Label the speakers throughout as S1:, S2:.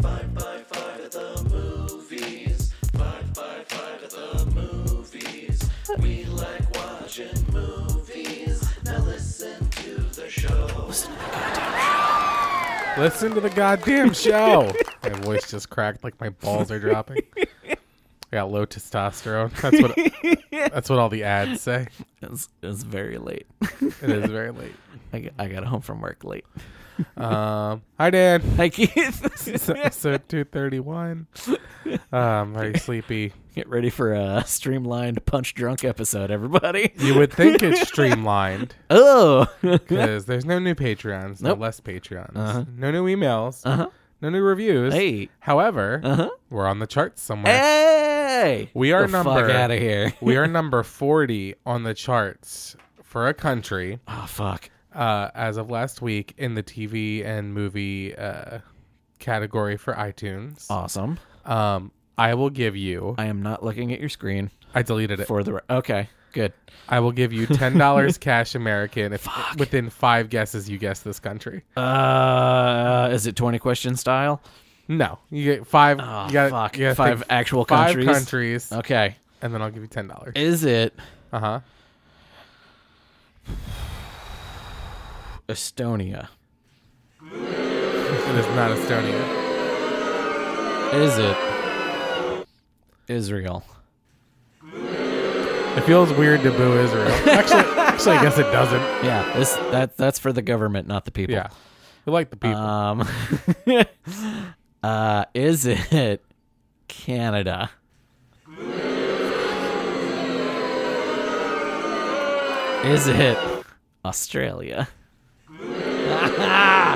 S1: Five by five at the movies. Five by five at the movies. We like watching movies. Now listen to the show.
S2: Listen to the goddamn show. my voice just cracked like my balls are dropping. I got low testosterone. That's what that's what all the ads say.
S3: It's, it's very late.
S2: It is very late.
S3: I, g- I got home from work late.
S2: Um, hi Dan.
S3: Hi, Keith.
S2: It's episode two thirty one. Um, very sleepy.
S3: Get ready for a streamlined punch drunk episode, everybody.
S2: You would think it's streamlined
S3: Oh,
S2: because there's no new Patreons,
S3: Nope.
S2: no less Patreons,
S3: Uh-huh.
S2: no new emails,
S3: Uh-huh.
S2: no new reviews.
S3: hey,
S2: However,
S3: uh huh.
S2: we're on the charts somewhere.
S3: Hey,
S2: We are
S3: the
S2: number-
S3: fuck out of here.
S2: we are number 40 on the charts for a country
S3: Oh fuck.
S2: uh, as of last week in the TV and movie uh, category for iTunes.
S3: Awesome.
S2: Um, I will give you,
S3: I am not looking at your screen
S2: I deleted it.
S3: for the. Re- okay, good.
S2: I will give you $10 cash American if within five guesses you guess this country.
S3: Uh, is it twenty question style?
S2: No, you get five.
S3: Oh
S2: you gotta-
S3: fuck.
S2: you gotta
S3: Five
S2: think
S3: actual
S2: five
S3: countries.
S2: countries,
S3: Okay.
S2: and then I'll give you $10.
S3: Is it
S2: Uh huh.
S3: Estonia?
S2: It is not Estonia.
S3: Is it Israel?
S2: It feels weird to boo Israel. Actually, actually, I guess it doesn't.
S3: Yeah, this that that's for the government, not the people.
S2: Yeah. We like the people.
S3: Um, uh, is it Canada? Is it Australia? I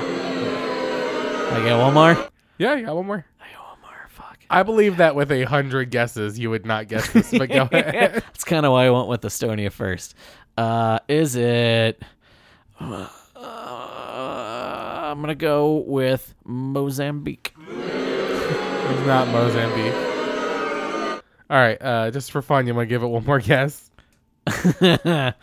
S3: get one more. I
S2: Yeah, yeah, one more.
S3: get one more. Fuck.
S2: I believe that with a hundred guesses, you would not guess this, but go ahead.
S3: That's kind of why I went with Estonia first. Uh, is it? uh, I'm gonna go with Mozambique.
S2: It's not Mozambique. All right, uh, just for fun, you want to give it one more guess?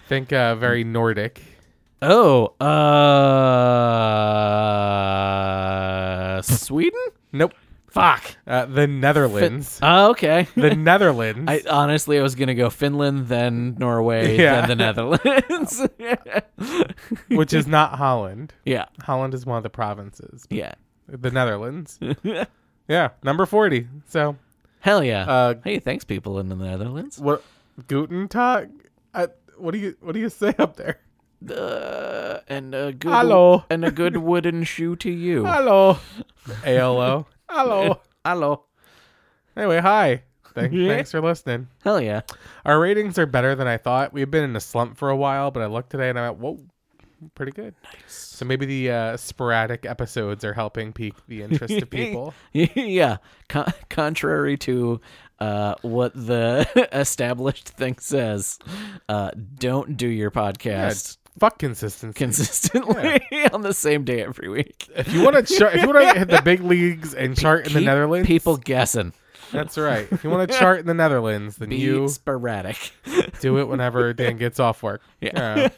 S2: Think uh, very Nordic.
S3: oh, uh, Sweden.
S2: Nope.
S3: Fuck.
S2: Uh, the Netherlands.
S3: Oh, okay.
S2: the Netherlands.
S3: I honestly, I was gonna go Finland, then Norway,
S2: Yeah.
S3: then the Netherlands.
S2: which is not Holland.
S3: yeah,
S2: Holland is one of the provinces.
S3: yeah,
S2: The Netherlands. yeah, number 40. So,
S3: hell yeah.
S2: uh,
S3: hey, thanks, people in the Netherlands.
S2: what, Guten Tag? I, what do you what do you say up there?
S3: Uh, and a good
S2: Hello.
S3: and a good wooden shoe to you.
S2: Hello. ALO. Hello.
S3: Hello.
S2: Anyway, hi. Thank,
S3: Yeah.
S2: Thanks for listening.
S3: Hell yeah.
S2: Our ratings are better than I thought. We've been in a slump for a while, but I looked today and I went, whoa, pretty good. Nice. So maybe the uh, sporadic episodes are helping pique the interest of people.
S3: yeah. Con- contrary to uh, what the established thing says, uh, don't do your
S2: Yeah,
S3: podcast
S2: fuck consistency.
S3: consistently on the same day every week.
S2: if you want to, char- if you want to hit the big leagues and chart in the
S3: Keep
S2: Netherlands,
S3: People guessing.
S2: that's right. If you want to chart in the Netherlands, then
S3: Be
S2: you
S3: sporadic.
S2: do it whenever Dan gets off work. Yeah.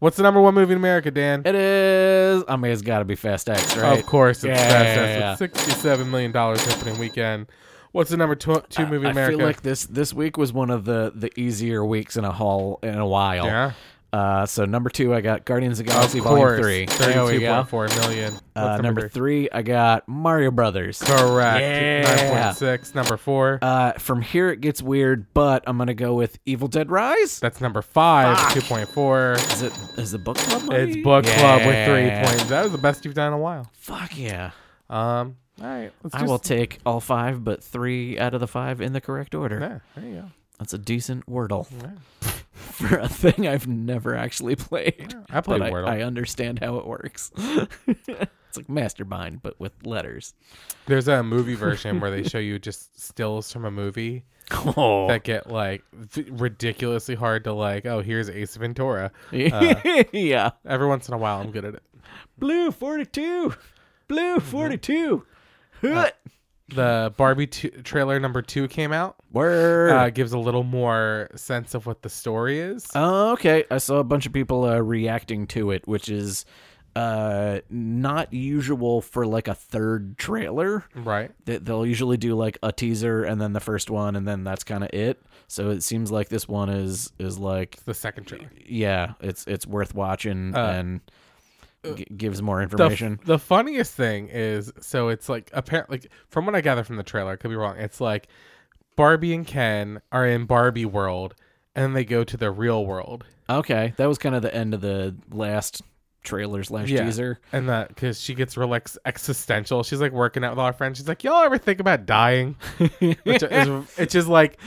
S2: What's the number one movie in America, Dan?
S3: It is. I mean, it's got to be Fast X, right?
S2: Of course, it's
S3: Yeah,
S2: Fast
S3: yeah,
S2: X
S3: yeah.
S2: with sixty-seven million dollars opening weekend. What's the number tw- two movie in
S3: I
S2: America?
S3: feel like this this week was one of the the easier weeks in a haul in a while.
S2: yeah,
S3: Uh, so number two, I got Guardians of the
S2: of
S3: Galaxy
S2: course.
S3: Volume Three. There we
S2: Thirty-two
S3: go.
S2: point four million. What's
S3: Uh, number three, I got Mario Brothers.
S2: Correct.
S3: Yeah.
S2: Nine point six. Number four.
S3: Uh, from here it gets weird, but I'm gonna go with Evil Dead Rise.
S2: That's number five. Two point four.
S3: Is it is the book club? Movie?
S2: It's book club with three
S3: Yeah.
S2: points. That was the best you've done in a while.
S3: Fuck yeah!
S2: Um. All right. Let's
S3: I
S2: just-
S3: will take all five, but three out of the five in the correct order.
S2: Yeah, there you go.
S3: That's a decent wordle for a thing I've never actually played.
S2: I played
S3: but I,
S2: Wordle.
S3: I understand how it works. it's like Mastermind, but with letters.
S2: There's a movie version where they show you just stills from a movie.
S3: Oh,
S2: that get like v- ridiculously hard to like. Oh, here's Ace Ventura.
S3: yeah.
S2: Every once in a while, I'm good at it.
S3: Blue 42. Blue 42.
S2: Uh,
S3: Huh.
S2: The Barbie two- trailer number two came out.
S3: Word.
S2: Uh, gives a little more sense of what the story is.
S3: Oh, okay. I saw a bunch of people uh, reacting to it, which is uh not usual for like a third trailer
S2: Right.
S3: they, they'll usually do like a teaser and then the first one and then that's kind of it so it seems like this one is is like
S2: The second trailer.
S3: yeah it's it's worth watching and g- gives more
S2: Uh, The,
S3: information
S2: f- the funniest thing is, so it's like apparently, like, from what I gather from the trailer, I could be wrong. It's like Barbie and Ken are in Barbie world, and then they go to the real world.
S3: okay that was kind of the end of the last trailer slash
S2: Yeah.
S3: teaser
S2: And that because she gets real ex- existential. She's like working out with all her friends. She's like, "Y'all ever think about dying?" Which is, it's just like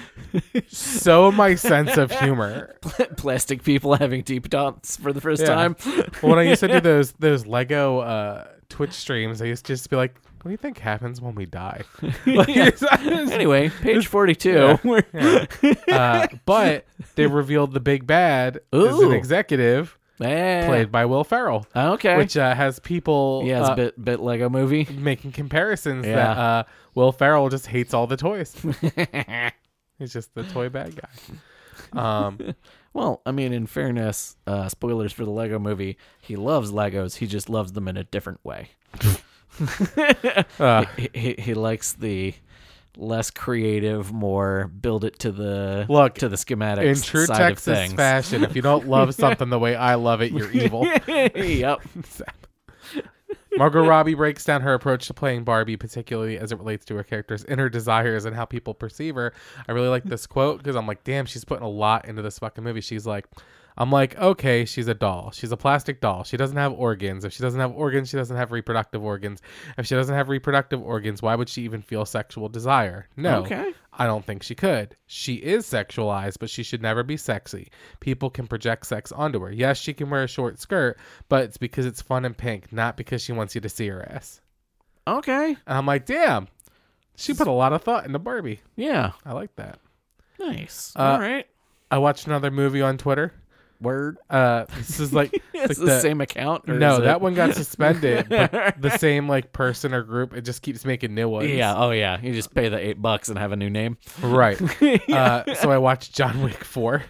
S2: so my sense of humor.
S3: plastic people having deep thoughts for the first
S2: Yeah.
S3: time
S2: When I used to do those those Lego uh, Twitch streams, I used to just be like, "What do you think happens when we die?" Like, it's-
S3: anyway page 42
S2: Yeah. Uh, but they revealed the big bad is
S3: Ooh.
S2: an executive
S3: Eh.
S2: played by Will Ferrell,
S3: okay
S2: which uh, has people
S3: yeah it's
S2: uh,
S3: a bit bit lego movie
S2: making comparisons
S3: Yeah.
S2: that uh, Will Ferrell just hates all the toys. He's just the toy bad guy. Um,
S3: Well, I mean, in fairness, uh, spoilers for the Lego movie, he loves Legos. He just loves them in a different way.
S2: uh,
S3: He, he, he likes the less creative, more build it to the
S2: Look,
S3: to the schematics
S2: in true
S3: side of
S2: Texas
S3: things.
S2: fashion, if you don't love something the way I love it, you're evil.
S3: yep.
S2: Margot Robbie breaks down her approach to playing Barbie, particularly as it relates to her character's inner desires and how people perceive her. I really like this quote because I'm like, damn, she's putting a lot into this fucking movie. She's like, I'm like, okay, she's a doll. She's a plastic doll. She doesn't have organs. If she doesn't have organs, she doesn't have reproductive organs. If she doesn't have reproductive organs, why would she even feel sexual desire? No.
S3: Okay.
S2: I don't think she could. She is sexualized, but she should never be sexy. People can project sex onto her. Yes, she can wear a short skirt, but it's because it's fun and pink, not because she wants you to see her ass.
S3: Okay.
S2: And I'm like, damn, she put a lot of thought into Barbie.
S3: Yeah.
S2: I like that.
S3: Nice.
S2: Uh,
S3: All right.
S2: I watched another movie on Twitter.
S3: Word.
S2: Uh, this is like,
S3: It's
S2: like
S3: the, same account. Or
S2: No,
S3: is it-
S2: that one got suspended. but the same like person or group, it just keeps making new ones.
S3: Yeah. Oh, yeah. You just pay the eight bucks and have a new name.
S2: right. Uh, so I watched John Wick Four,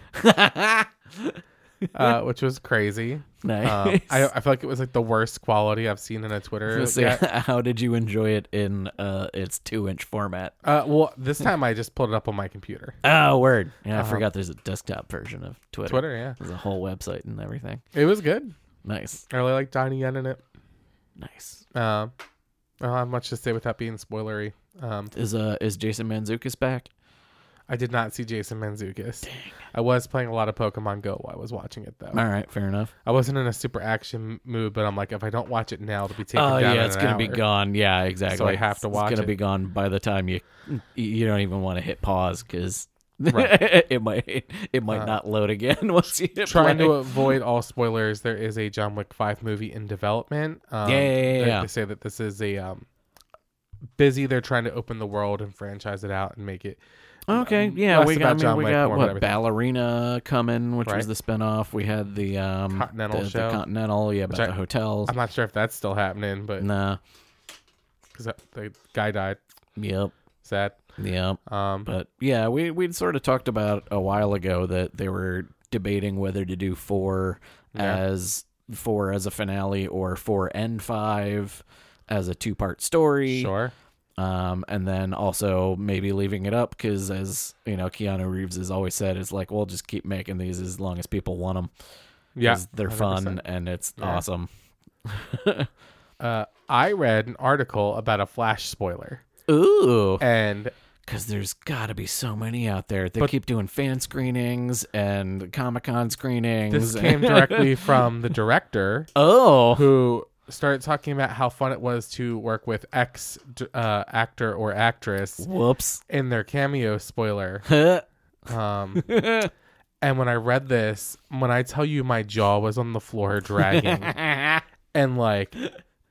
S2: uh, which was crazy. Um,
S3: nice.
S2: I, I feel like it was like the worst quality I've seen in a Twitter.
S3: Let's see,
S2: yet.
S3: how did you enjoy it in uh, its two inch format?
S2: Uh, well, this time I just pulled it up on my computer.
S3: Oh, word. Yeah, I forgot there's a desktop version of Twitter.
S2: Ah, Uh-huh. Twitter, yeah,
S3: There's a whole website and everything.
S2: it was good.
S3: Nice.
S2: I really like Donnie Yen in it.
S3: Nice.
S2: Um, I don't have much to say without being spoilery. Um,
S3: Is uh is Jason Manzukis back?
S2: I did not see Jason Manzukis. I was playing a lot of Pokemon Go while I was watching it, though.
S3: All right, fair enough.
S2: I wasn't in a super action mood, but I'm like, if I don't watch it now, it'll be taken
S3: Oh
S2: down.
S3: yeah,
S2: in
S3: it's
S2: an
S3: gonna be
S2: hour.
S3: gone. Yeah, exactly.
S2: have to watch
S3: It's gonna
S2: it.
S3: be gone by the time you you don't even want to hit pause because
S2: Right. Uh.
S3: it might it might not load again once you hit
S2: trying
S3: play.
S2: to avoid all spoilers, there is a John Wick Five movie in development. Um,
S3: Yeah, yeah, yeah,
S2: They,
S3: yeah.
S2: they say that this is a um, busy. They're trying to open the world and franchise it out and make it.
S3: Okay, yeah,
S2: less
S3: we
S2: Um, about
S3: got, I mean,
S2: John
S3: we
S2: Wick,
S3: got
S2: more
S3: what
S2: about everything.
S3: ballerina coming, which
S2: Right.
S3: was the spinoff. We had the um
S2: Continental
S3: the,
S2: show.
S3: the Continental, yeah, about
S2: I-
S3: the hotels.
S2: I'm not sure if that's still happening, but
S3: nah,
S2: because the guy died,
S3: yep,
S2: sad.
S3: yep.
S2: Um,
S3: But yeah, we we'd sort of talked about a while ago that they were debating whether to do four
S2: Yeah.
S3: as four as a finale or four and five as a two part story.
S2: sure,
S3: um, and then also maybe leaving it up because, as you know, Keanu Reeves has always said, it's like we'll just keep making these as long as people want them.
S2: yeah,
S3: they're
S2: 100%.
S3: fun and it's awesome.
S2: Uh, I read an article about a Flash spoiler,
S3: Ooh,
S2: and
S3: because there's got to be so many out there. They keep doing fan screenings and Comic Con screenings.
S2: this came directly from the director
S3: oh,
S2: who started talking about how fun it was to work with ex uh, actor or actress
S3: whoops.
S2: in their cameo spoiler.
S3: Huh.
S2: Um, and when I read this, when I tell you my jaw was on the floor dragging, and like,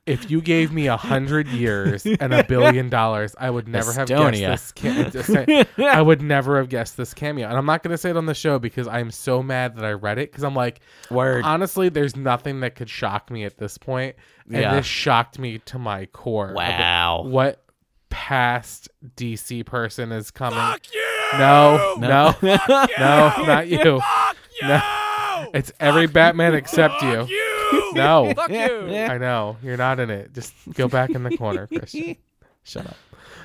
S2: if you gave me a hundred years and a billion dollars, I would never
S3: Estonia.
S2: have guessed this. Ca- I would never have guessed this cameo, and I'm not gonna say it on the show because I'm so mad that I read it because I'm like,
S3: Word.
S2: honestly, there's nothing that could shock me at this point, and
S3: Yeah.
S2: this shocked me to my core. of, like,
S3: Wow.
S2: what past DC person is coming? No, no, no, not you. no, it's every Batman except you. you. No. Uh,
S4: Fuck you.
S2: I know. You're not in it. Just go back in the corner, Christian. Shut up.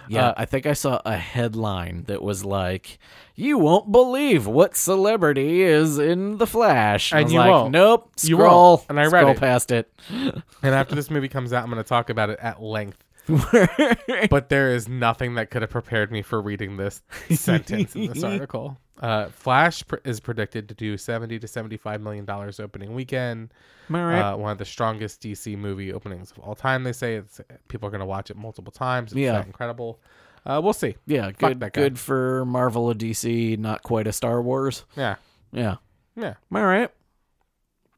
S3: Yeah,
S2: Uh,
S3: I think I saw a headline that was like, "You won't believe what celebrity is in the Flash," I
S2: And
S3: was
S2: you
S3: like,
S2: won't.
S3: "Nope,
S2: You
S3: scroll."
S2: won't. And I read
S3: scroll
S2: it.
S3: past it.
S2: And after this movie comes out, I'm going to talk about it at length. But there is nothing that could have prepared me for reading this sentence in this article. Uh, Flash pr- is predicted to do 70 to 75 million dollars opening weekend.
S3: All right.
S2: Uh, one of the strongest DC movie openings of all time. They say it's people are going to watch it multiple times. It's
S3: Yeah.
S2: that incredible. Uh, we'll see.
S3: yeah,
S2: fuck
S3: good.
S2: that guy.
S3: Good for Marvel or DC. Not quite a Star Wars.
S2: Yeah,
S3: Yeah.
S2: yeah.
S3: All right.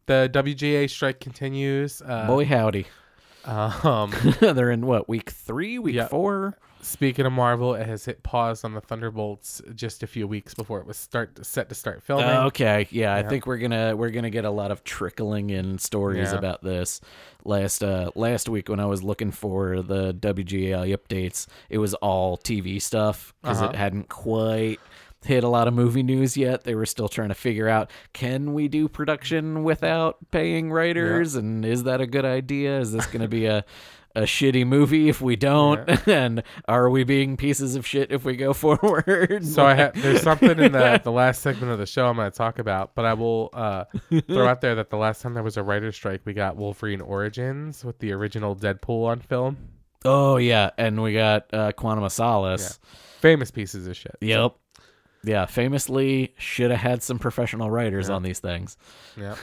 S2: The WGA strike continues. Uh,
S3: Boy howdy.
S2: Um,
S3: They're in what week three, week
S2: Yeah.
S3: four.
S2: speaking of Marvel, it has hit pause on the Thunderbolts just a few weeks before it was start set to start filming.
S3: Uh, okay, yeah, I
S2: Yeah.
S3: think we're gonna we're gonna get a lot of trickling in stories
S2: Yeah.
S3: about this. Last uh last week when I was looking for the WGAI updates, it was all TV stuff because it
S2: Uh-huh.
S3: hadn't quite hit a lot of movie news yet. They were still trying to figure out can we do production without paying writers, and is that a good idea? Is this gonna be a a shitty movie if we don't, and are we being pieces of shit if we go forward?
S2: So I ha- there's something in the the last segment of the show I'm going to talk about, but I will uh, throw out there that the last time there was a writer's strike, we got Wolverine Origins with the original Deadpool on film.
S3: Oh yeah, and we got uh, Quantum of Solace.
S2: Famous pieces of shit.
S3: Yep. Yeah, famously should have had some professional writers on these things.
S2: Yeah.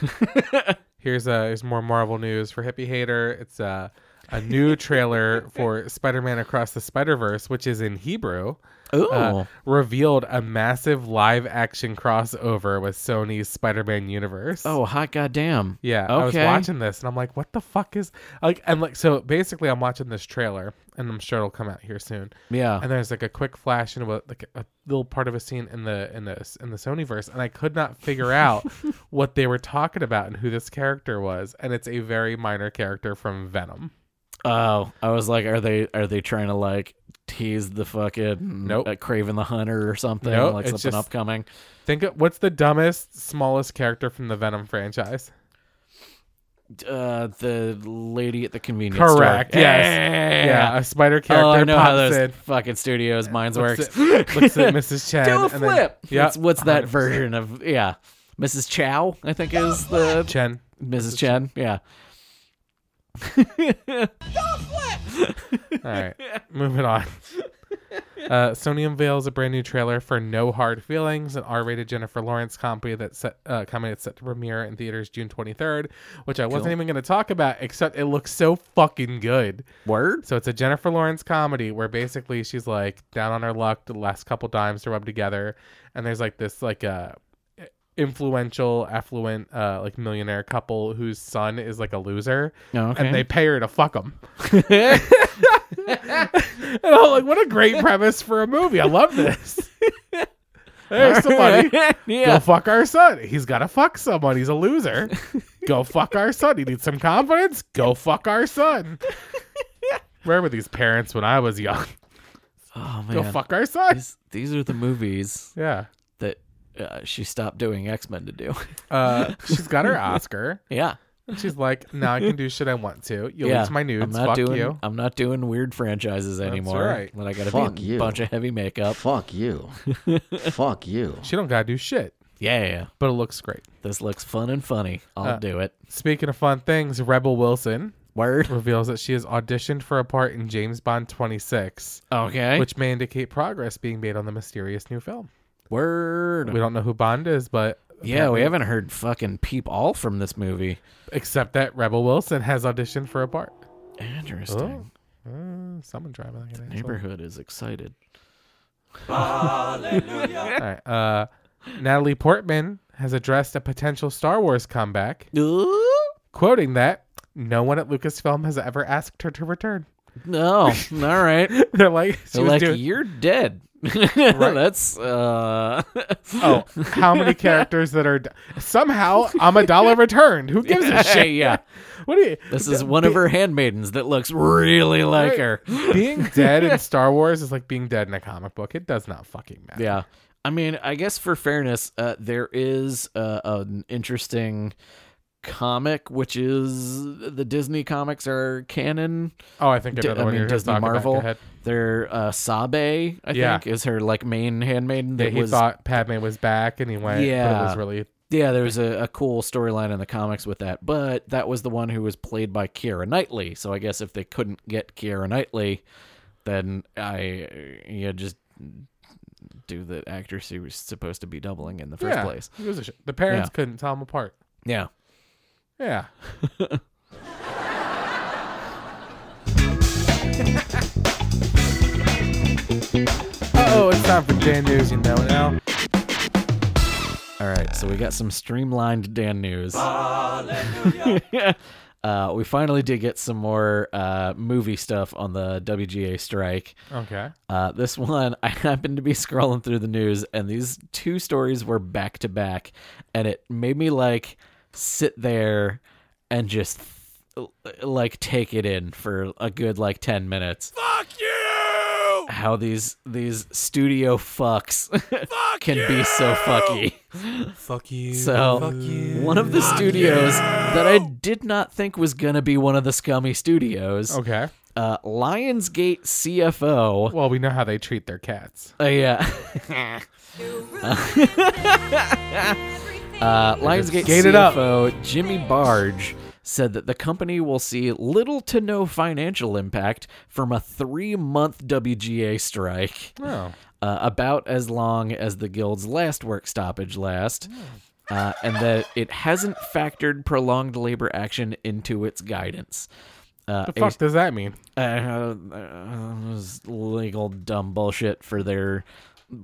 S2: here's uh here's more Marvel news for Hippie Hater. It's uh, a new trailer for Spider-Man Across the Spider-Verse, which is in Hebrew.
S3: Ooh.
S2: uh, revealed a massive live action crossover with Sony's Spider Man universe.
S3: oh, hot goddamn.
S2: yeah. I was
S3: okay.
S2: watching this and I'm like, what the fuck is like and like so basically I'm watching this trailer and I'm sure it'll come out here soon.
S3: Yeah.
S2: And there's like a quick flash into a, like a little part of a scene in the in the in the Sony verse, and I could not figure out what they were talking about and who this character was. And it's a very minor character from Venom.
S3: Oh, I was like, are they are they trying to like tease the fucking
S2: Nope.
S3: uh, Craven the Hunter or something?
S2: Nope,
S3: like
S2: it's
S3: something
S2: just-
S3: upcoming.
S2: Think of, what's the dumbest, smallest character from the Venom franchise?
S3: Uh, the lady at the convenience store. Eh.
S2: Correct. Yes. Yeah, a spider character
S3: Oh, I know how
S2: pops
S3: those
S2: in.
S3: fucking studios minds works.
S2: Looks at, looks at Mrs. Chen.
S3: Do a
S2: and then-
S3: flip.
S2: yeah.
S3: What's, what's that
S2: 100%.
S3: version of? Yeah. Mrs. Chow, I think is the
S2: Chen.
S3: Mrs. Chen. Yeah.
S2: All right. Moving on. Uh, Sony unveils a brand new trailer for No Hard Feelings, an R-rated Jennifer Lawrence comedy that's set, uh, comedy that's set to premiere in theaters June 23rd, which I wasn't even going to talk about, except it looks so fucking good.
S3: Word.
S2: So it's a Jennifer Lawrence comedy where basically she's like down on her luck the last couple dimes to rub together, and there's like this like uh, influential, affluent, uh, like millionaire couple whose son is like a loser,
S3: Oh, okay.
S2: and they pay her to fuck him. and I'm like, what a great premise for a movie! I love this. There's somebody. Go
S3: yeah.
S2: fuck our son. He's gotta fuck someone. He's a loser. Go fuck our son. He needs some confidence. Go fuck our son. Where were these parents when I was young?
S3: Oh man.
S2: Go fuck our son.
S3: These, these are the movies
S2: Yeah.
S3: that uh, she stopped doing X Men to do.
S2: Uh, she's got her Oscar.
S3: yeah.
S2: She's like, now I can do shit I want to. You
S3: yeah.
S2: leaked my nudes.
S3: I'm not
S2: Fuck
S3: doing.
S2: you.
S3: I'm not doing weird franchises anymore.
S2: right.
S3: When I got to
S5: Fuck
S3: be a
S5: you.
S3: bunch of heavy makeup.
S5: Fuck you. Fuck you.
S2: She don't gotta do shit,
S3: Yeah.
S2: but it looks great.
S3: This looks fun and funny. I'll
S2: Uh,
S3: do it.
S2: Speaking of fun things, Rebel Wilson
S3: Word.
S2: reveals that she has auditioned for a part in James Bond 26,
S3: Okay.
S2: which may indicate progress being made on the mysterious new film.
S3: word.
S2: We don't know who Bond is, but
S3: yeah,
S2: apparently-
S3: we haven't heard fucking peep all from this movie.
S2: Except that Rebel Wilson has auditioned for a part.
S3: Interesting.
S2: Uh, someone driving like an asshole.
S3: Neighborhood is excited.
S2: All right. Uh, Natalie Portman has addressed a potential Star Wars comeback, quoting that no one at Lucasfilm has ever asked her to return.
S3: No. All right.
S2: They're like, she
S3: They're
S2: was
S3: like,
S2: doing-
S3: you're dead. That's uh
S2: oh, how many characters that are d- somehow Amidala returned? Who gives a shit?
S3: yeah.
S2: What do you?
S3: This is one of her handmaidens that looks really like
S2: Right.
S3: her.
S2: being dead in Star Wars is like being dead in a comic book. It does not fucking matter.
S3: Yeah. I mean, I guess for fairness, uh, there is uh, an interesting comic, which is the Disney comics are canon.
S2: Oh, I think I
S3: Di-
S2: know the
S3: I
S2: one
S3: mean
S2: you're
S3: Disney
S2: talking
S3: Marvel.
S2: about. Go ahead.
S3: Their uh, Sabe, I
S2: Yeah.
S3: think, is her like main handmaiden.
S2: Yeah,
S3: that
S2: he
S3: was,
S2: thought Padme was back anyway. but it
S3: Yeah.
S2: was really
S3: yeah, there was a, a cool storyline in the comics with that, but that was the one who was played by Keira Knightley. So I guess if they couldn't get Keira Knightley, then I yeah just do the actress she was supposed to be doubling in the first
S2: yeah,
S3: place.
S2: He was a sh- the parents
S3: Yeah.
S2: couldn't tell him apart.
S3: Yeah.
S2: Yeah. oh, it's time for Dan News, you know it now.
S3: All right, so we got some streamlined Dan news. uh, we finally did get some more uh, movie stuff on the WGA strike.
S2: Okay.
S3: Uh, this one, I happened to be scrolling through the news, and these two stories were back to back, and it made me like sit there and just like take it in for a good like 10 minutes
S2: Fuck you!
S3: how these these studio fucks can be so fucky
S2: Fuck you.
S3: so one of the studios that I did not think was gonna be one of the scummy studios,
S2: Okay.
S3: uh, Lionsgate CFO.
S2: Well, we know how they treat their cats.
S3: Uh, yeah, uh, Lionsgate
S2: Gate it up.
S3: CFO Jimmy Barge said that the company will see little to no financial impact from a three-month WGA strike,
S2: Oh.
S3: uh, about as long as the guild's last work stoppage last. Uh, and that it hasn't factored prolonged labor action into its guidance. Uh,
S2: The
S3: a
S2: fuck does that mean?
S3: uh, uh, it was legal dumb bullshit for their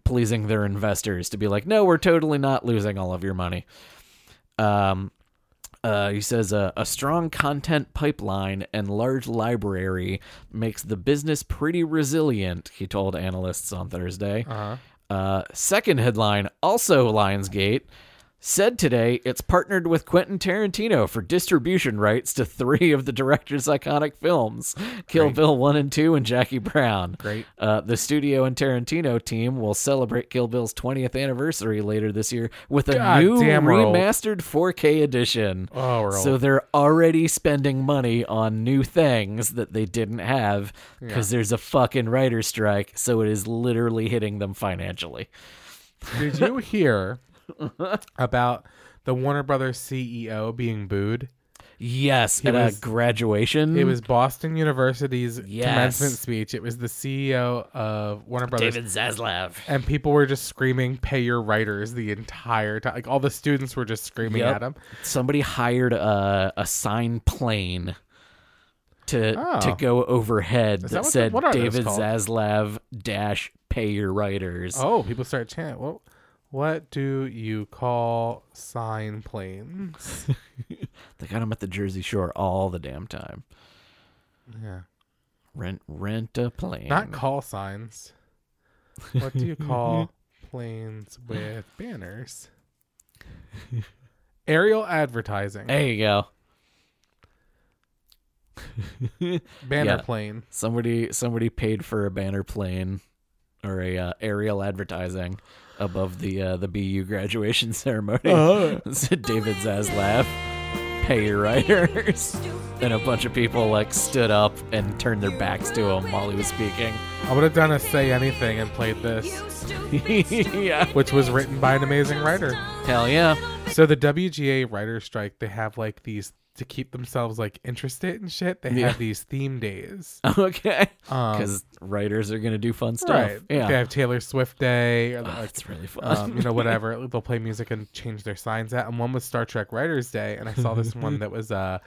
S3: pleasing their investors to be like, no, we're totally not losing all of your money. Um, uh, he says uh, a strong content pipeline and large library makes the business pretty resilient. He told analysts on Thursday.
S2: Uh-huh.
S3: Uh, second headline, also Lionsgate, said today it's partnered with Quentin Tarantino for distribution rights to three of the director's iconic films Kill Bill 1 and 2 and Jackie Brown.
S2: Great.
S3: Uh, the studio and Tarantino team will celebrate Kill Bill's 20th anniversary later this year with a
S2: God
S3: new
S2: damn, we're old.
S3: remastered 4K edition.
S2: Oh, we're
S3: So
S2: old.
S3: they're already spending money on new things that they didn't have because there's a fucking writer strike. So it is literally hitting them financially.
S2: Did you hear about the Warner Brothers CEO being booed?
S3: Yes, at
S2: was-
S3: a graduation.
S2: It was Boston University's
S3: Yes.
S2: commencement speech. It was the CEO of Warner Brothers.
S3: David Zaslav.
S2: And people were just screaming, pay your writers the entire time. Like all the students were just screaming
S3: Yep.
S2: at him.
S3: Somebody hired a a sign plane to
S2: Oh.
S3: to go overhead that,
S2: that what the-
S3: said
S2: what are those
S3: David
S2: called?
S3: Zaslav dash pay your writers.
S2: Oh, people start chanting. Well, what do you call sign planes?
S3: They got him at the Jersey Shore all the damn time.
S2: yeah.
S3: Rent rent a plane.
S2: Not call signs. What do you call planes with banners? Aerial advertising.
S3: there you go.
S2: Banner
S3: yeah.
S2: plane.
S3: Somebody somebody paid for a banner plane or a uh, aerial advertising above the uh, the BU graduation ceremony.
S2: Uh-huh.
S3: It said David Zaslav, pay your writers. And a bunch of people like stood up and turned their backs to him while he was speaking.
S2: I would have done a say anything and played this,
S3: yeah.
S2: which was written by an amazing writer.
S3: Hell yeah.
S2: So the WGA writer strike, they have like these to keep themselves like interested and shit. They
S3: Yeah.
S2: have these theme days.
S3: Okay.
S2: Um,
S3: Because writers are gonna do fun stuff.
S2: right.
S3: Yeah.
S2: They have Taylor Swift Day or
S3: Oh,
S2: like,
S3: that's really fun.
S2: um, you know, whatever. They'll play music and change their signs out. And one was Star Trek Writers Day, and I saw this one that was uh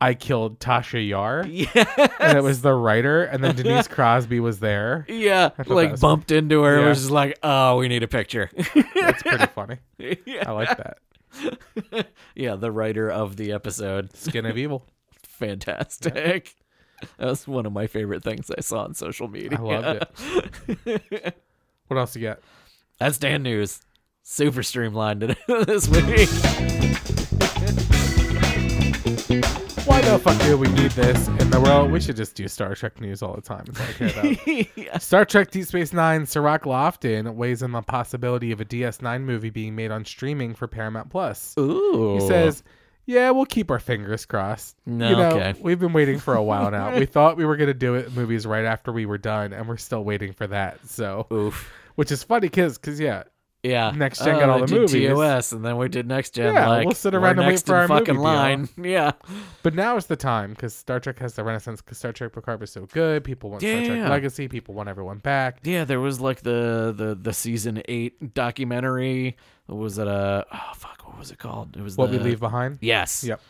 S2: I killed Tasha Yar.
S3: yeah.
S2: And it was the writer, and then Denise Crosby was there.
S3: Yeah.
S2: that
S3: Like
S2: was-
S3: bumped into her. It
S2: Yeah.
S3: was just like, oh, we need a picture.
S2: That's pretty funny.
S3: yeah.
S2: I like that.
S3: yeah, the writer of the episode.
S2: Skin of Evil.
S3: Fantastic. That was one of my favorite things I saw on social media.
S2: I loved it. What else you got?
S3: That's Dan News. Super streamlined it this week.
S2: Why the fuck do we need this in the world? We should just do Star Trek news all the time. It's all I care about. Star Trek Deep Space Nine, Sirach Lofton weighs in on the possibility of a DS9 movie being made on streaming for Paramount Plus.
S3: Ooh.
S2: He says, yeah, we'll keep our fingers crossed.
S3: Oh. No,
S2: you know,
S3: okay.
S2: we've been waiting for a while now. we thought we were gonna do it movies right after we were done, and we're still waiting for that. So,
S3: Oof.
S2: which is funny, cause, 'cause, yeah,
S3: Yeah.
S2: Next Gen got
S3: Oh,
S2: all
S3: they
S2: the
S3: did
S2: movies.
S3: TOS, and then we did next gen.
S2: Yeah,
S3: like,
S2: we'll sit
S3: we're
S2: around and wait
S3: next
S2: for
S3: in
S2: our
S3: fucking
S2: movie deal.
S3: line. Yeah.
S2: but now is the time because Star Trek has the renaissance. Because Star Trek Picard was so good, people want Star
S3: Yeah.
S2: Trek Legacy, people want everyone back.
S3: Yeah, there was like the the the season eight documentary. Was it a oh fuck? What was it called? It was
S2: What we
S3: the-
S2: leave behind.
S3: Yes.
S2: Yep.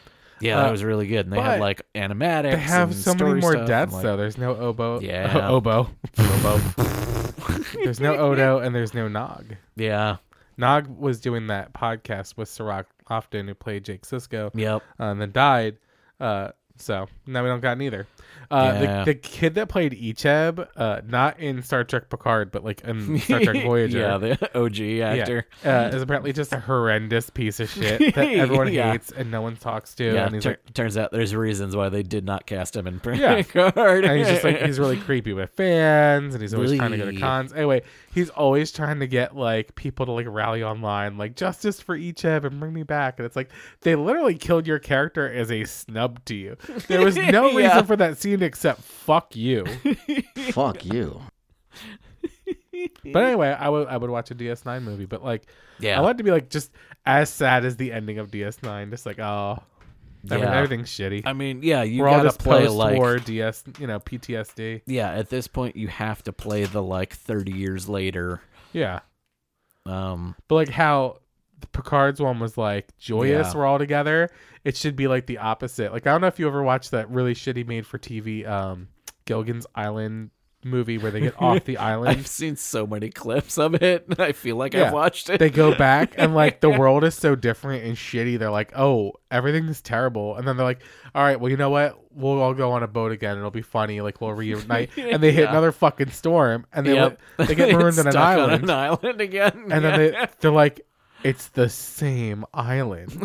S3: Yeah,
S2: Uh,
S3: that was really good. And they had
S2: but
S3: like animatics.
S2: They have
S3: and
S2: so many
S3: story
S2: more
S3: stuff and,
S2: deaths
S3: like,
S2: though. There's no oboe.
S3: Yeah.
S2: oboe. there's no Odo and there's no Nog.
S3: Yeah.
S2: Nog was doing that podcast with Sirach Often, who played Jake Sisko,
S3: Yep.
S2: uh, and then died. Uh, so now we don't got neither. Uh,
S3: Yeah.
S2: the, the kid that played Echeb, uh, not in Star Trek Picard, but like in Star Trek Voyager.
S3: yeah, the OG actor.
S2: Yeah, uh, is apparently just a horrendous piece of shit that everyone
S3: Yeah.
S2: hates and no one talks to.
S3: Yeah.
S2: and he's
S3: tur-
S2: like,
S3: turns out there's reasons why they did not cast him in
S2: Yeah.
S3: Picard.
S2: and he's just like he's really creepy with fans and he's always trying to go to
S3: Bleep.
S2: cons anyway he's always trying to get like people to like rally online like justice for Echeb and bring me back and it's like they literally killed your character as a snub to you there was no
S3: Yeah.
S2: reason for that scene except fuck you
S5: Fuck you.
S2: but anyway I would I would watch a DS9 movie but like
S3: yeah.
S2: I want it to be like just as sad as the ending of DS9 just like oh every-
S3: Yeah.
S2: everything's shitty
S3: I mean, yeah, you
S2: we're all
S3: gotta
S2: just
S3: play
S2: post
S3: like
S2: war DS you know PTSD
S3: yeah. At this point, you have to play the like thirty years later.
S2: yeah
S3: Um,
S2: But like how Picard's one was like joyous,
S3: Yeah.
S2: we're all together. It should be like the opposite. Like I don't know if you ever watched that really shitty made for TV um Gilligan's Island movie where they get off the
S3: I've
S2: island.
S3: seen so many clips of it. and I feel like
S2: Yeah.
S3: I've watched it.
S2: They go back and like the world is so different and shitty. They're like, oh, everything is terrible. And then they're like, all right, well, you know what? We'll all go on a boat again. It'll be funny. Like we'll reunite. And they hit
S3: Yeah.
S2: another fucking storm and they
S3: Yep.
S2: they get marooned on an
S3: Stuck
S2: island.
S3: on an island again.
S2: and then they, they're like, it's the same island.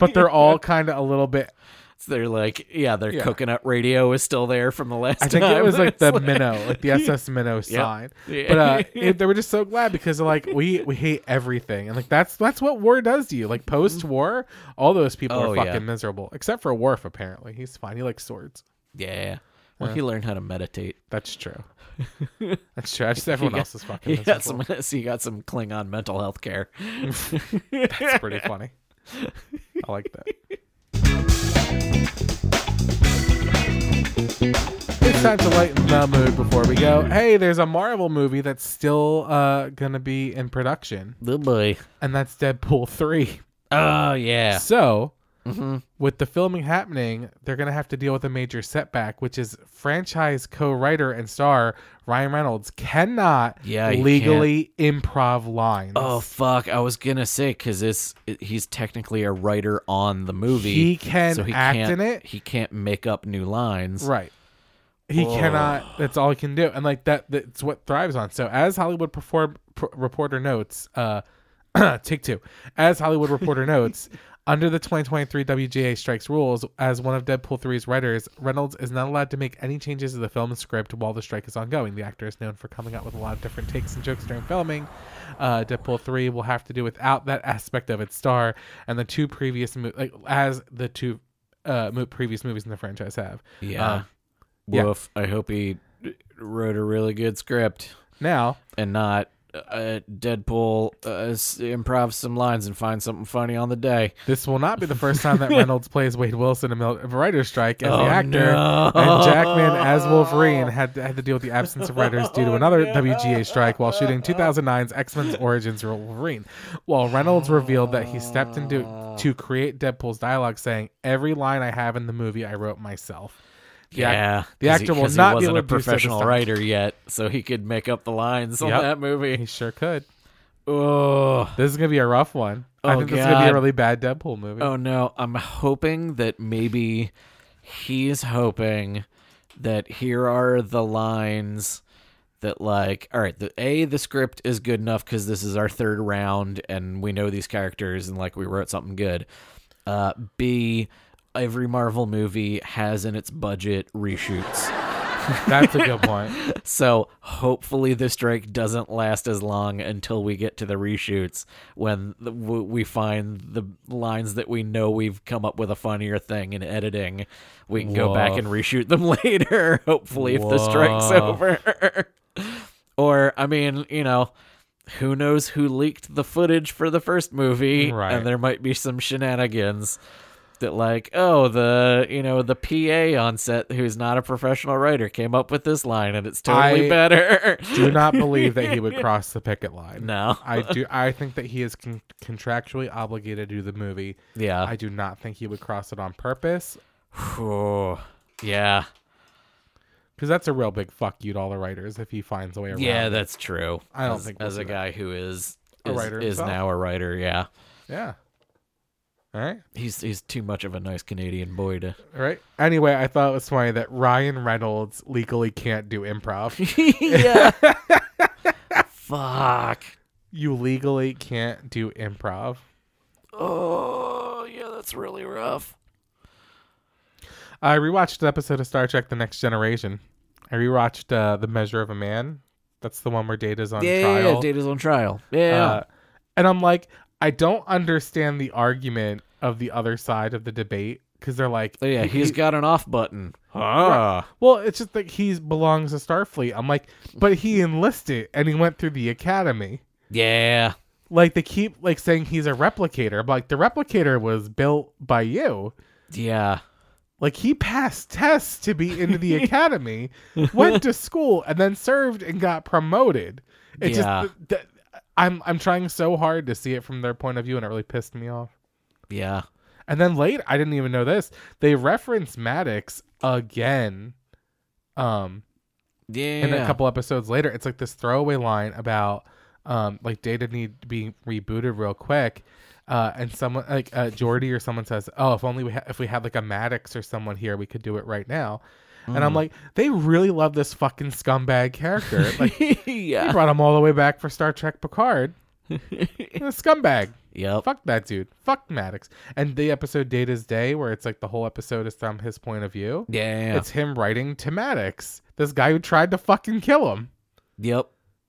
S2: but they're all kind of a little bit.
S3: So they're like, yeah, their
S2: Yeah.
S3: coconut radio is still there from the last
S2: I think
S3: time.
S2: it was like
S3: It's
S2: the minnow, like the SS minnow
S3: Yep.
S2: sign.
S3: Yeah.
S2: But uh, it, they were just so glad because they're like, we we hate everything, and like that's that's what war does to you. Like post war, all those people
S3: Oh,
S2: are
S3: yeah.
S2: fucking miserable, except for Worf. Apparently, he's fine. He likes swords.
S3: yeah. Well, he learned how to meditate.
S2: That's true. That's true. I just everyone
S3: got-
S2: else is fucking
S3: He
S2: miserable.
S3: got some. So he got some Klingon mental health care.
S2: That's pretty funny. I like that. It's time to lighten the mood before we go. Hey, there's a Marvel movie that's still uh, gonna be in production,
S3: The boy.
S2: and that's Deadpool three.
S3: Oh yeah. Mm-hmm.
S2: So, with the filming happening, they're gonna have to deal with a major setback, which is franchise co-writer and star Ryan Reynolds cannot
S3: Yeah, he
S2: legally improv lines.
S3: Oh fuck! I was gonna say because it's it- he's technically a writer on the movie.
S2: He can
S3: so he
S2: act
S3: can't,
S2: in it.
S3: He can't make up new lines.
S2: Right. He cannot. That's all he can do, and like that, that's what thrives on. So, as Hollywood perform, pr- reporter notes, uh, take two. As Hollywood reporter notes, under the 2023 WGA strikes rules, as one of Deadpool 3's writers, Reynolds is not allowed to make any changes to the film's script while the strike is ongoing. The actor is known for coming out with a lot of different takes and jokes during filming. Uh, Deadpool 3 will have to do without that aspect of its star, and the two previous mo- like as the two uh, mo- previous movies in the franchise have.
S3: Yeah.
S2: Um, yeah.
S3: Woof. I hope he wrote a really good script
S2: Now,
S3: and not uh, Deadpool uh, s- improv some lines and find something funny on the day.
S2: this will not be the first time that Reynolds plays Wade Wilson in a writer's strike as
S3: Oh,
S2: the actor,
S3: no.
S2: and Jackman as Wolverine had to, had to deal with the absence of writers due
S3: Oh,
S2: to another WGA strike while shooting 2009's X Men's Origins Wolverine. While Reynolds revealed that he stepped into to create Deadpool's dialogue, saying, "Every line I have in the movie, I wrote myself." The
S3: Yeah,
S2: ac- the
S3: 'cause he-
S2: actor will
S3: 'cause he
S2: not be
S3: wasn't
S2: able
S3: a
S2: to do so this
S3: professional
S2: time.
S3: writer yet, so he could make up the lines on
S2: Yep.
S3: that
S2: he
S3: movie.
S2: sure could.
S3: Oh,
S2: This is gonna be a rough one. I
S3: Oh,
S2: think this is gonna be a
S3: God.
S2: really bad Deadpool movie.
S3: Oh no, I'm hoping that maybe he's hoping that here are the lines that like all right the a the script is good enough because this is our third round and we know these characters and like we wrote something good uh b every marvel movie has in its budget reshoots
S2: That's a good point.
S3: So hopefully the strike doesn't last as long until we get to the reshoots when the, w- we find the lines that we know we've come up with a funnier thing in editing. We can go back and reshoot them later. Hopefully, if the strike's
S2: Woof.
S3: over. or I mean, you know, who knows who leaked the footage for the first movie?
S2: Right.
S3: And there might be some shenanigans that like oh the you know the pa on set who's not a professional writer came up with this line and it's totally
S2: I
S3: better
S2: Do not believe that he would cross the picket line.
S3: no
S2: I do. I think that he is con- contractually obligated to do the movie.
S3: yeah
S2: I do not think he would cross it on purpose
S3: Phew. yeah
S2: because that's a real big fuck you to all the writers if he finds a way around.
S3: yeah
S2: it.
S3: that's true
S2: I don't
S3: as,
S2: think we'll
S3: as
S2: see
S3: a
S2: that.
S3: guy who is
S2: A
S3: is,
S2: writer
S3: is
S2: himself.
S3: now a writer yeah
S2: yeah. All right.
S3: he's he's too much of a nice canadian boy to
S2: All right. Anyway, I thought it was funny that Ryan Reynolds legally can't do improv.
S3: yeah fuck
S2: you legally can't do improv.
S3: oh yeah that's really rough
S2: I rewatched an episode of Star Trek: The Next Generation. I rewatched uh, The Measure of a Man. That's the one where Data's on
S3: yeah,
S2: trial.
S3: yeah data's on trial yeah
S2: Uh, and I'm like, I don't understand the argument of the other side of the debate because they're like,
S3: so Oh, yeah
S2: he-
S3: he's
S2: he-
S3: got ah. an off button
S2: Right. Well, it's just like he belongs to Starfleet. I'm like, but he enlisted and he went through the academy.
S3: yeah
S2: Like they keep like saying he's a replicator. I'm like the replicator was built by you.
S3: Yeah.
S2: Like he passed tests to be into the academy, went to school, and then served and got promoted. It's
S3: Yeah.
S2: just th- th- I'm I'm trying so hard to see it from their point of view, and it really pissed me off.
S3: Yeah.
S2: And then later, I didn't even know this. They reference Maddox again, um,
S3: Yeah.
S2: in a couple episodes later. It's like this throwaway line about, um, like data need to be rebooted real quick. Uh, and someone like uh, Jordy or someone says, "Oh, if only we ha- if we had like a Maddox or someone here, we could do it right now." And I'm like, they really love this fucking scumbag character. Like, they
S3: yeah.
S2: brought him all the way back for Star Trek Picard. He's a scumbag.
S3: Yep.
S2: Fuck that dude. Fuck Maddox. And the episode Data's Day, where it's like the whole episode is from his point of view.
S3: Yeah.
S2: It's him writing to Maddox, this guy who tried to fucking kill him.
S3: yep.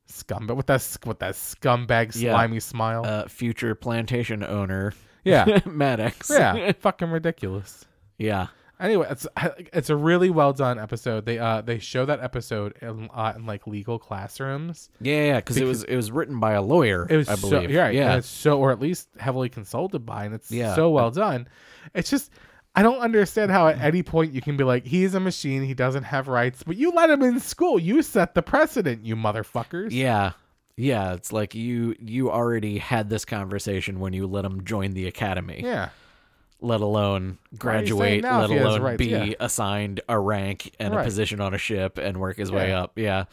S2: Scumbag with that sc- with that scumbag
S3: Yeah.
S2: slimy smile.
S3: Uh, future plantation owner
S2: yeah,
S3: Maddox.
S2: yeah, fucking ridiculous.
S3: yeah.
S2: Anyway, it's it's a really well done episode. They uh they show that episode in, uh, in like legal classrooms.
S3: Yeah. Because it was it was written by a lawyer.
S2: It was
S3: I believe.
S2: So, yeah, yeah.
S3: Yeah.
S2: It's so, or at least heavily consulted by, and it's
S3: Yeah.
S2: so well done. It's just, I don't understand how
S3: Mm.
S2: at any point you can be like, he's a machine, he doesn't have rights, but you let him in school. You set the precedent, you motherfuckers.
S3: Yeah. Yeah. It's like you you already had this conversation when you let him join the academy.
S2: Yeah.
S3: Let alone
S2: are you saying
S3: graduate.
S2: now if
S3: Let
S2: he has
S3: alone
S2: rights?
S3: be
S2: Yeah.
S3: assigned a rank and a
S2: Right.
S3: position on a ship and work his way
S2: Yeah.
S3: up. Yeah.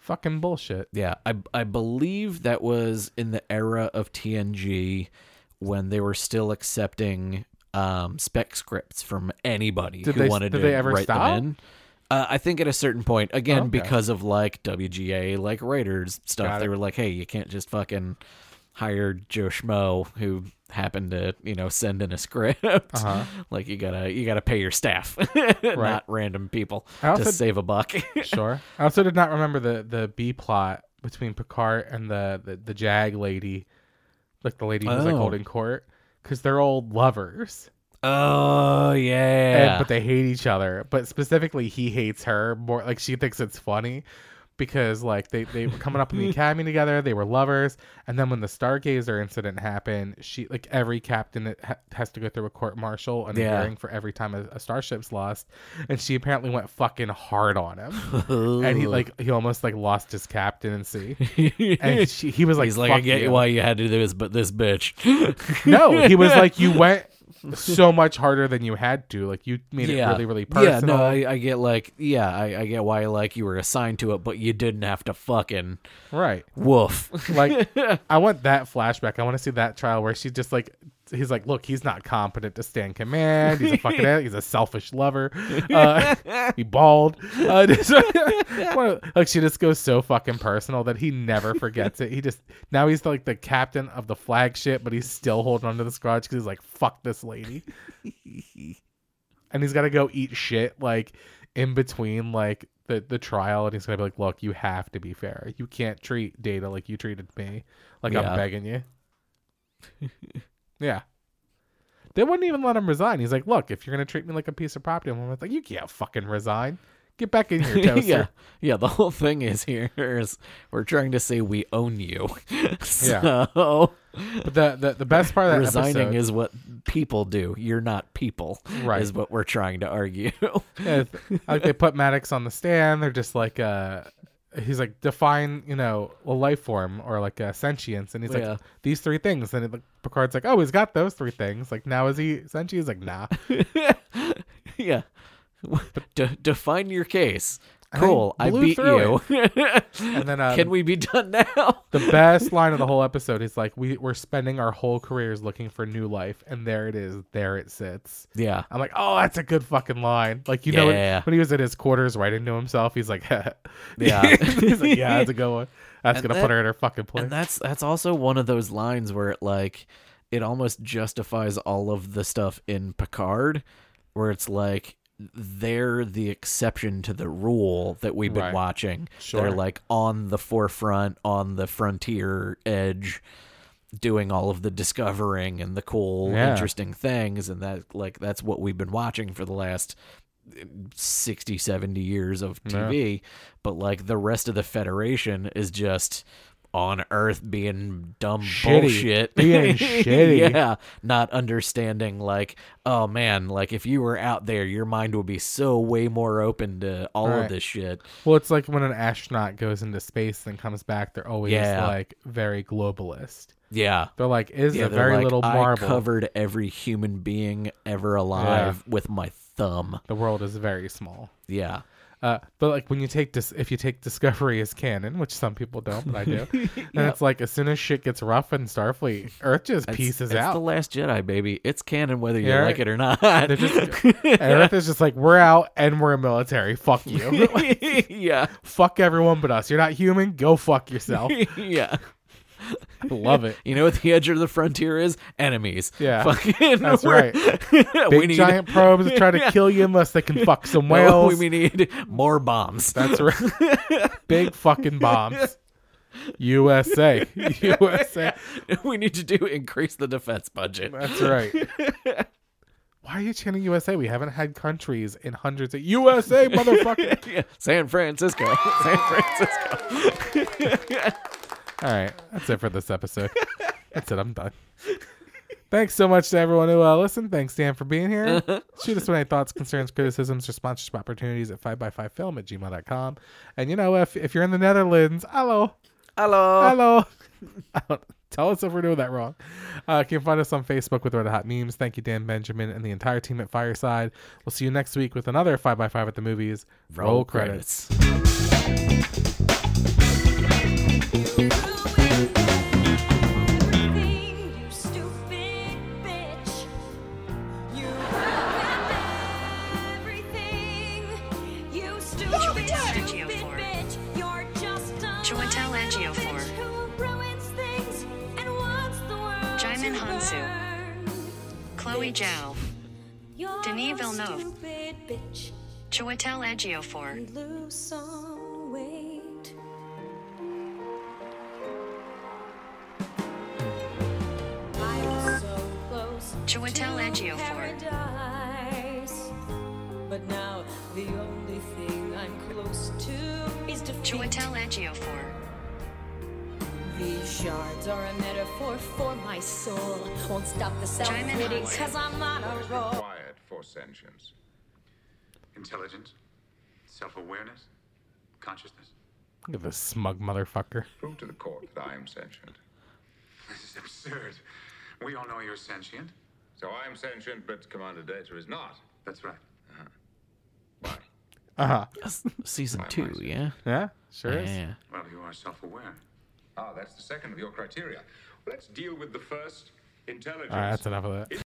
S2: Fucking bullshit.
S3: Yeah, I I believe that was in the era of TNG when they were still accepting um, spec scripts from anybody
S2: Did
S3: who
S2: they-
S3: wanted
S2: did
S3: to
S2: they ever
S3: write
S2: stop?
S3: them in. Uh, I think at a certain point, again
S2: Okay.
S3: because of like WGA like writers stuff,
S2: Got
S3: they
S2: it.
S3: were like, hey, you can't just fucking hire Joe Schmo who happened to you know send in a script.
S2: Uh-huh.
S3: like you gotta you gotta pay your staff, not random people
S2: I also-
S3: to save a buck.
S2: Sure. I also did not remember the, the B plot between Picard and the, the, the Jag lady, like the lady who's like
S3: Oh.
S2: holding court, because they're old lovers.
S3: oh
S2: and-
S3: yeah,
S2: but they hate each other. But specifically, he hates her more. Like she thinks it's funny because like they they were coming up in the academy together. They were lovers, and then when the Stargazer incident happened, she like every captain that ha- has to go through a court martial and
S3: Yeah.
S2: a hearing for every time a, a starship's lost, and she apparently went fucking hard on him, and he like he almost like lost his captaincy, and she, he was like
S3: He's like, I
S2: "Fuck
S3: get
S2: you."
S3: why you had to do this, but this bitch.
S2: No, he was like, you went so much harder than you had to. Like you made it really, really personal.
S3: Yeah, no, I, I get like, yeah, I, I get why like you were assigned to it, but you didn't have to fucking
S2: right.
S3: woof.
S2: Like I want that flashback. I want to see that trial where she just like he's like, look, he's not competent to stand command. He's a fucking idiot. he's a selfish lover. Uh, he bald. Uh, just- wanna- like she just goes so fucking personal that he never forgets it. He just now he's like the captain of the flagship, but he's still holding onto this grudge because he's like, fuck this lady. and he's got to go eat shit like in between like the the trial, and he's gonna be like, "Look, you have to be fair. You can't treat Data like you treated me. Like
S3: Yeah.
S2: I'm begging you." yeah. They wouldn't even let him resign. He's like, "Look, if you're gonna treat me like a piece of property, I'm like, you can't fucking resign. Get back in your toaster."
S3: yeah, yeah. The whole thing is here is we're trying to say we own you. so
S2: But the, the the best part of that
S3: resigning
S2: episode,
S3: is what people do. You're not people,
S2: Right.
S3: Is what we're trying to argue.
S2: Yeah, th- like they put Maddox on the stand. They're just like, uh, he's like, define, you know, a life form or like a sentience. And he's like,
S3: Yeah.
S2: these three things. And it, like, Picard's like, oh, he's got those three things. Like, now is he sentient? He's like, nah.
S3: yeah. De- define your case.
S2: I
S3: Cool. I,
S2: blew
S3: beat
S2: through
S3: you.
S2: And then um,
S3: Can we be done now?
S2: the best line of the whole episode is like, we, we're spending our whole careers looking for new life. And there it is. There it sits.
S3: yeah.
S2: I'm like, oh, that's a good fucking line. Like, you know, when,
S3: Yeah.
S2: when he was at his quarters writing to himself, he's like,
S3: Yeah.
S2: he's like, yeah, that's a good one. That's
S3: And
S2: going to
S3: that-
S2: put her in her fucking place.
S3: And that's that's also one of those lines where it like it almost justifies all of the stuff in Picard where it's like they're the exception to the rule that we've been
S2: Right.
S3: watching.
S2: Sure.
S3: They're like on the forefront, on the frontier edge doing all of the discovering and the cool
S2: Yeah.
S3: interesting things and that like that's what we've been watching for the last 60 70 years of TV but like the rest of the federation is just on earth being dumb
S2: Shitty.
S3: bullshit
S2: Being shitty.
S3: yeah not understanding like oh man like if you were out there your mind would be so way more open to all
S2: Right.
S3: of this shit
S2: Well, it's like when an astronaut goes into space and comes back, they're always
S3: Yeah.
S2: like very globalist.
S3: yeah
S2: They're like, is
S3: yeah
S2: a
S3: they're
S2: very
S3: like,
S2: little
S3: I
S2: marvel.
S3: covered every human being ever alive with my thumb
S2: the world is very small.
S3: yeah
S2: Uh, but like when you take dis- if you take Discovery as canon, which some people don't, but I do, and it's like as soon as shit gets rough in Starfleet, Earth just
S3: It's-
S2: pieces
S3: it's the
S2: out.
S3: last jedi baby it's canon whether you
S2: Yeah,
S3: like
S2: right.
S3: it or not
S2: They're just- and Earth is just like we're out and we're military. Fuck you,
S3: yeah
S2: fuck everyone but us. You're not human. Go fuck yourself.
S3: yeah
S2: I love it.
S3: You know what the edge of the frontier is? Enemies.
S2: Yeah,
S3: Fucking
S2: that's
S3: we're-
S2: Big
S3: we need
S2: giant probes try to kill you unless they can fuck some
S3: well,
S2: whales.
S3: we need more bombs.
S2: That's right. Big fucking bombs. USA. USA.
S3: we need to do increase the defense budget.
S2: That's right. Why are you chanting USA? We haven't had countries in hundreds of USA, motherfucker.
S3: Yeah, San Francisco. San Francisco.
S2: All right, that's it for this episode. That's it. I'm done. Thanks so much to everyone who uh, listened. Thanks, Dan, for being here. Shoot us with any thoughts, concerns, criticisms, or sponsorship opportunities at 5x5film at gmail.com. And, you know, if, if you're in the Netherlands, hello.
S3: Hello.
S2: Hello. I don't- Tell us if we're doing that wrong. Uh, you can find us on Facebook with Red Hot Memes. Thank you, Dan Benjamin, and the entire team at Fireside. We'll see you next week with another 5x5 at the movies. Roll, credits.
S4: Everything, you stupid bitch. You ruined everything. You stupid,
S6: Jointel
S4: stupid
S6: Ejiofor.
S4: bitch. You're just a
S6: Jointel
S4: lying little
S6: Ejiofor.
S4: bitch who ruins things and wants the world
S6: Jaimin
S4: to
S6: Hansu.
S4: burn.
S6: Chloe
S4: Bitch.
S6: Zhao,
S4: You're
S6: Denis
S4: a
S6: Villeneuve.
S4: stupid bitch.
S6: Chiwetel Ejiofor,
S4: and lose some weight. I was so close
S6: Chiwetel
S4: to
S6: Ejiofor,
S4: paradise, but now the only thing I'm close to is defeat.
S6: Chiwetel Ejiofor,
S4: These shards are a metaphor for my soul. Won't stop the self-pity
S6: Hansen.
S4: cause I'm on a roll.
S7: required for sentience? Intelligence, self awareness, consciousness.
S2: Look at this smug motherfucker.
S7: Prove to the court that I am sentient. This is absurd. We all know you're sentient. So I'm sentient, but Commander Data is not. That's right. Uh-huh. Why?
S3: Season two, yeah?
S2: Yeah, sure is.
S3: Yeah.
S7: Well, you are self aware. Ah, that's the second of your criteria. Let's deal with the first intelligence.
S2: All right, that's enough of that.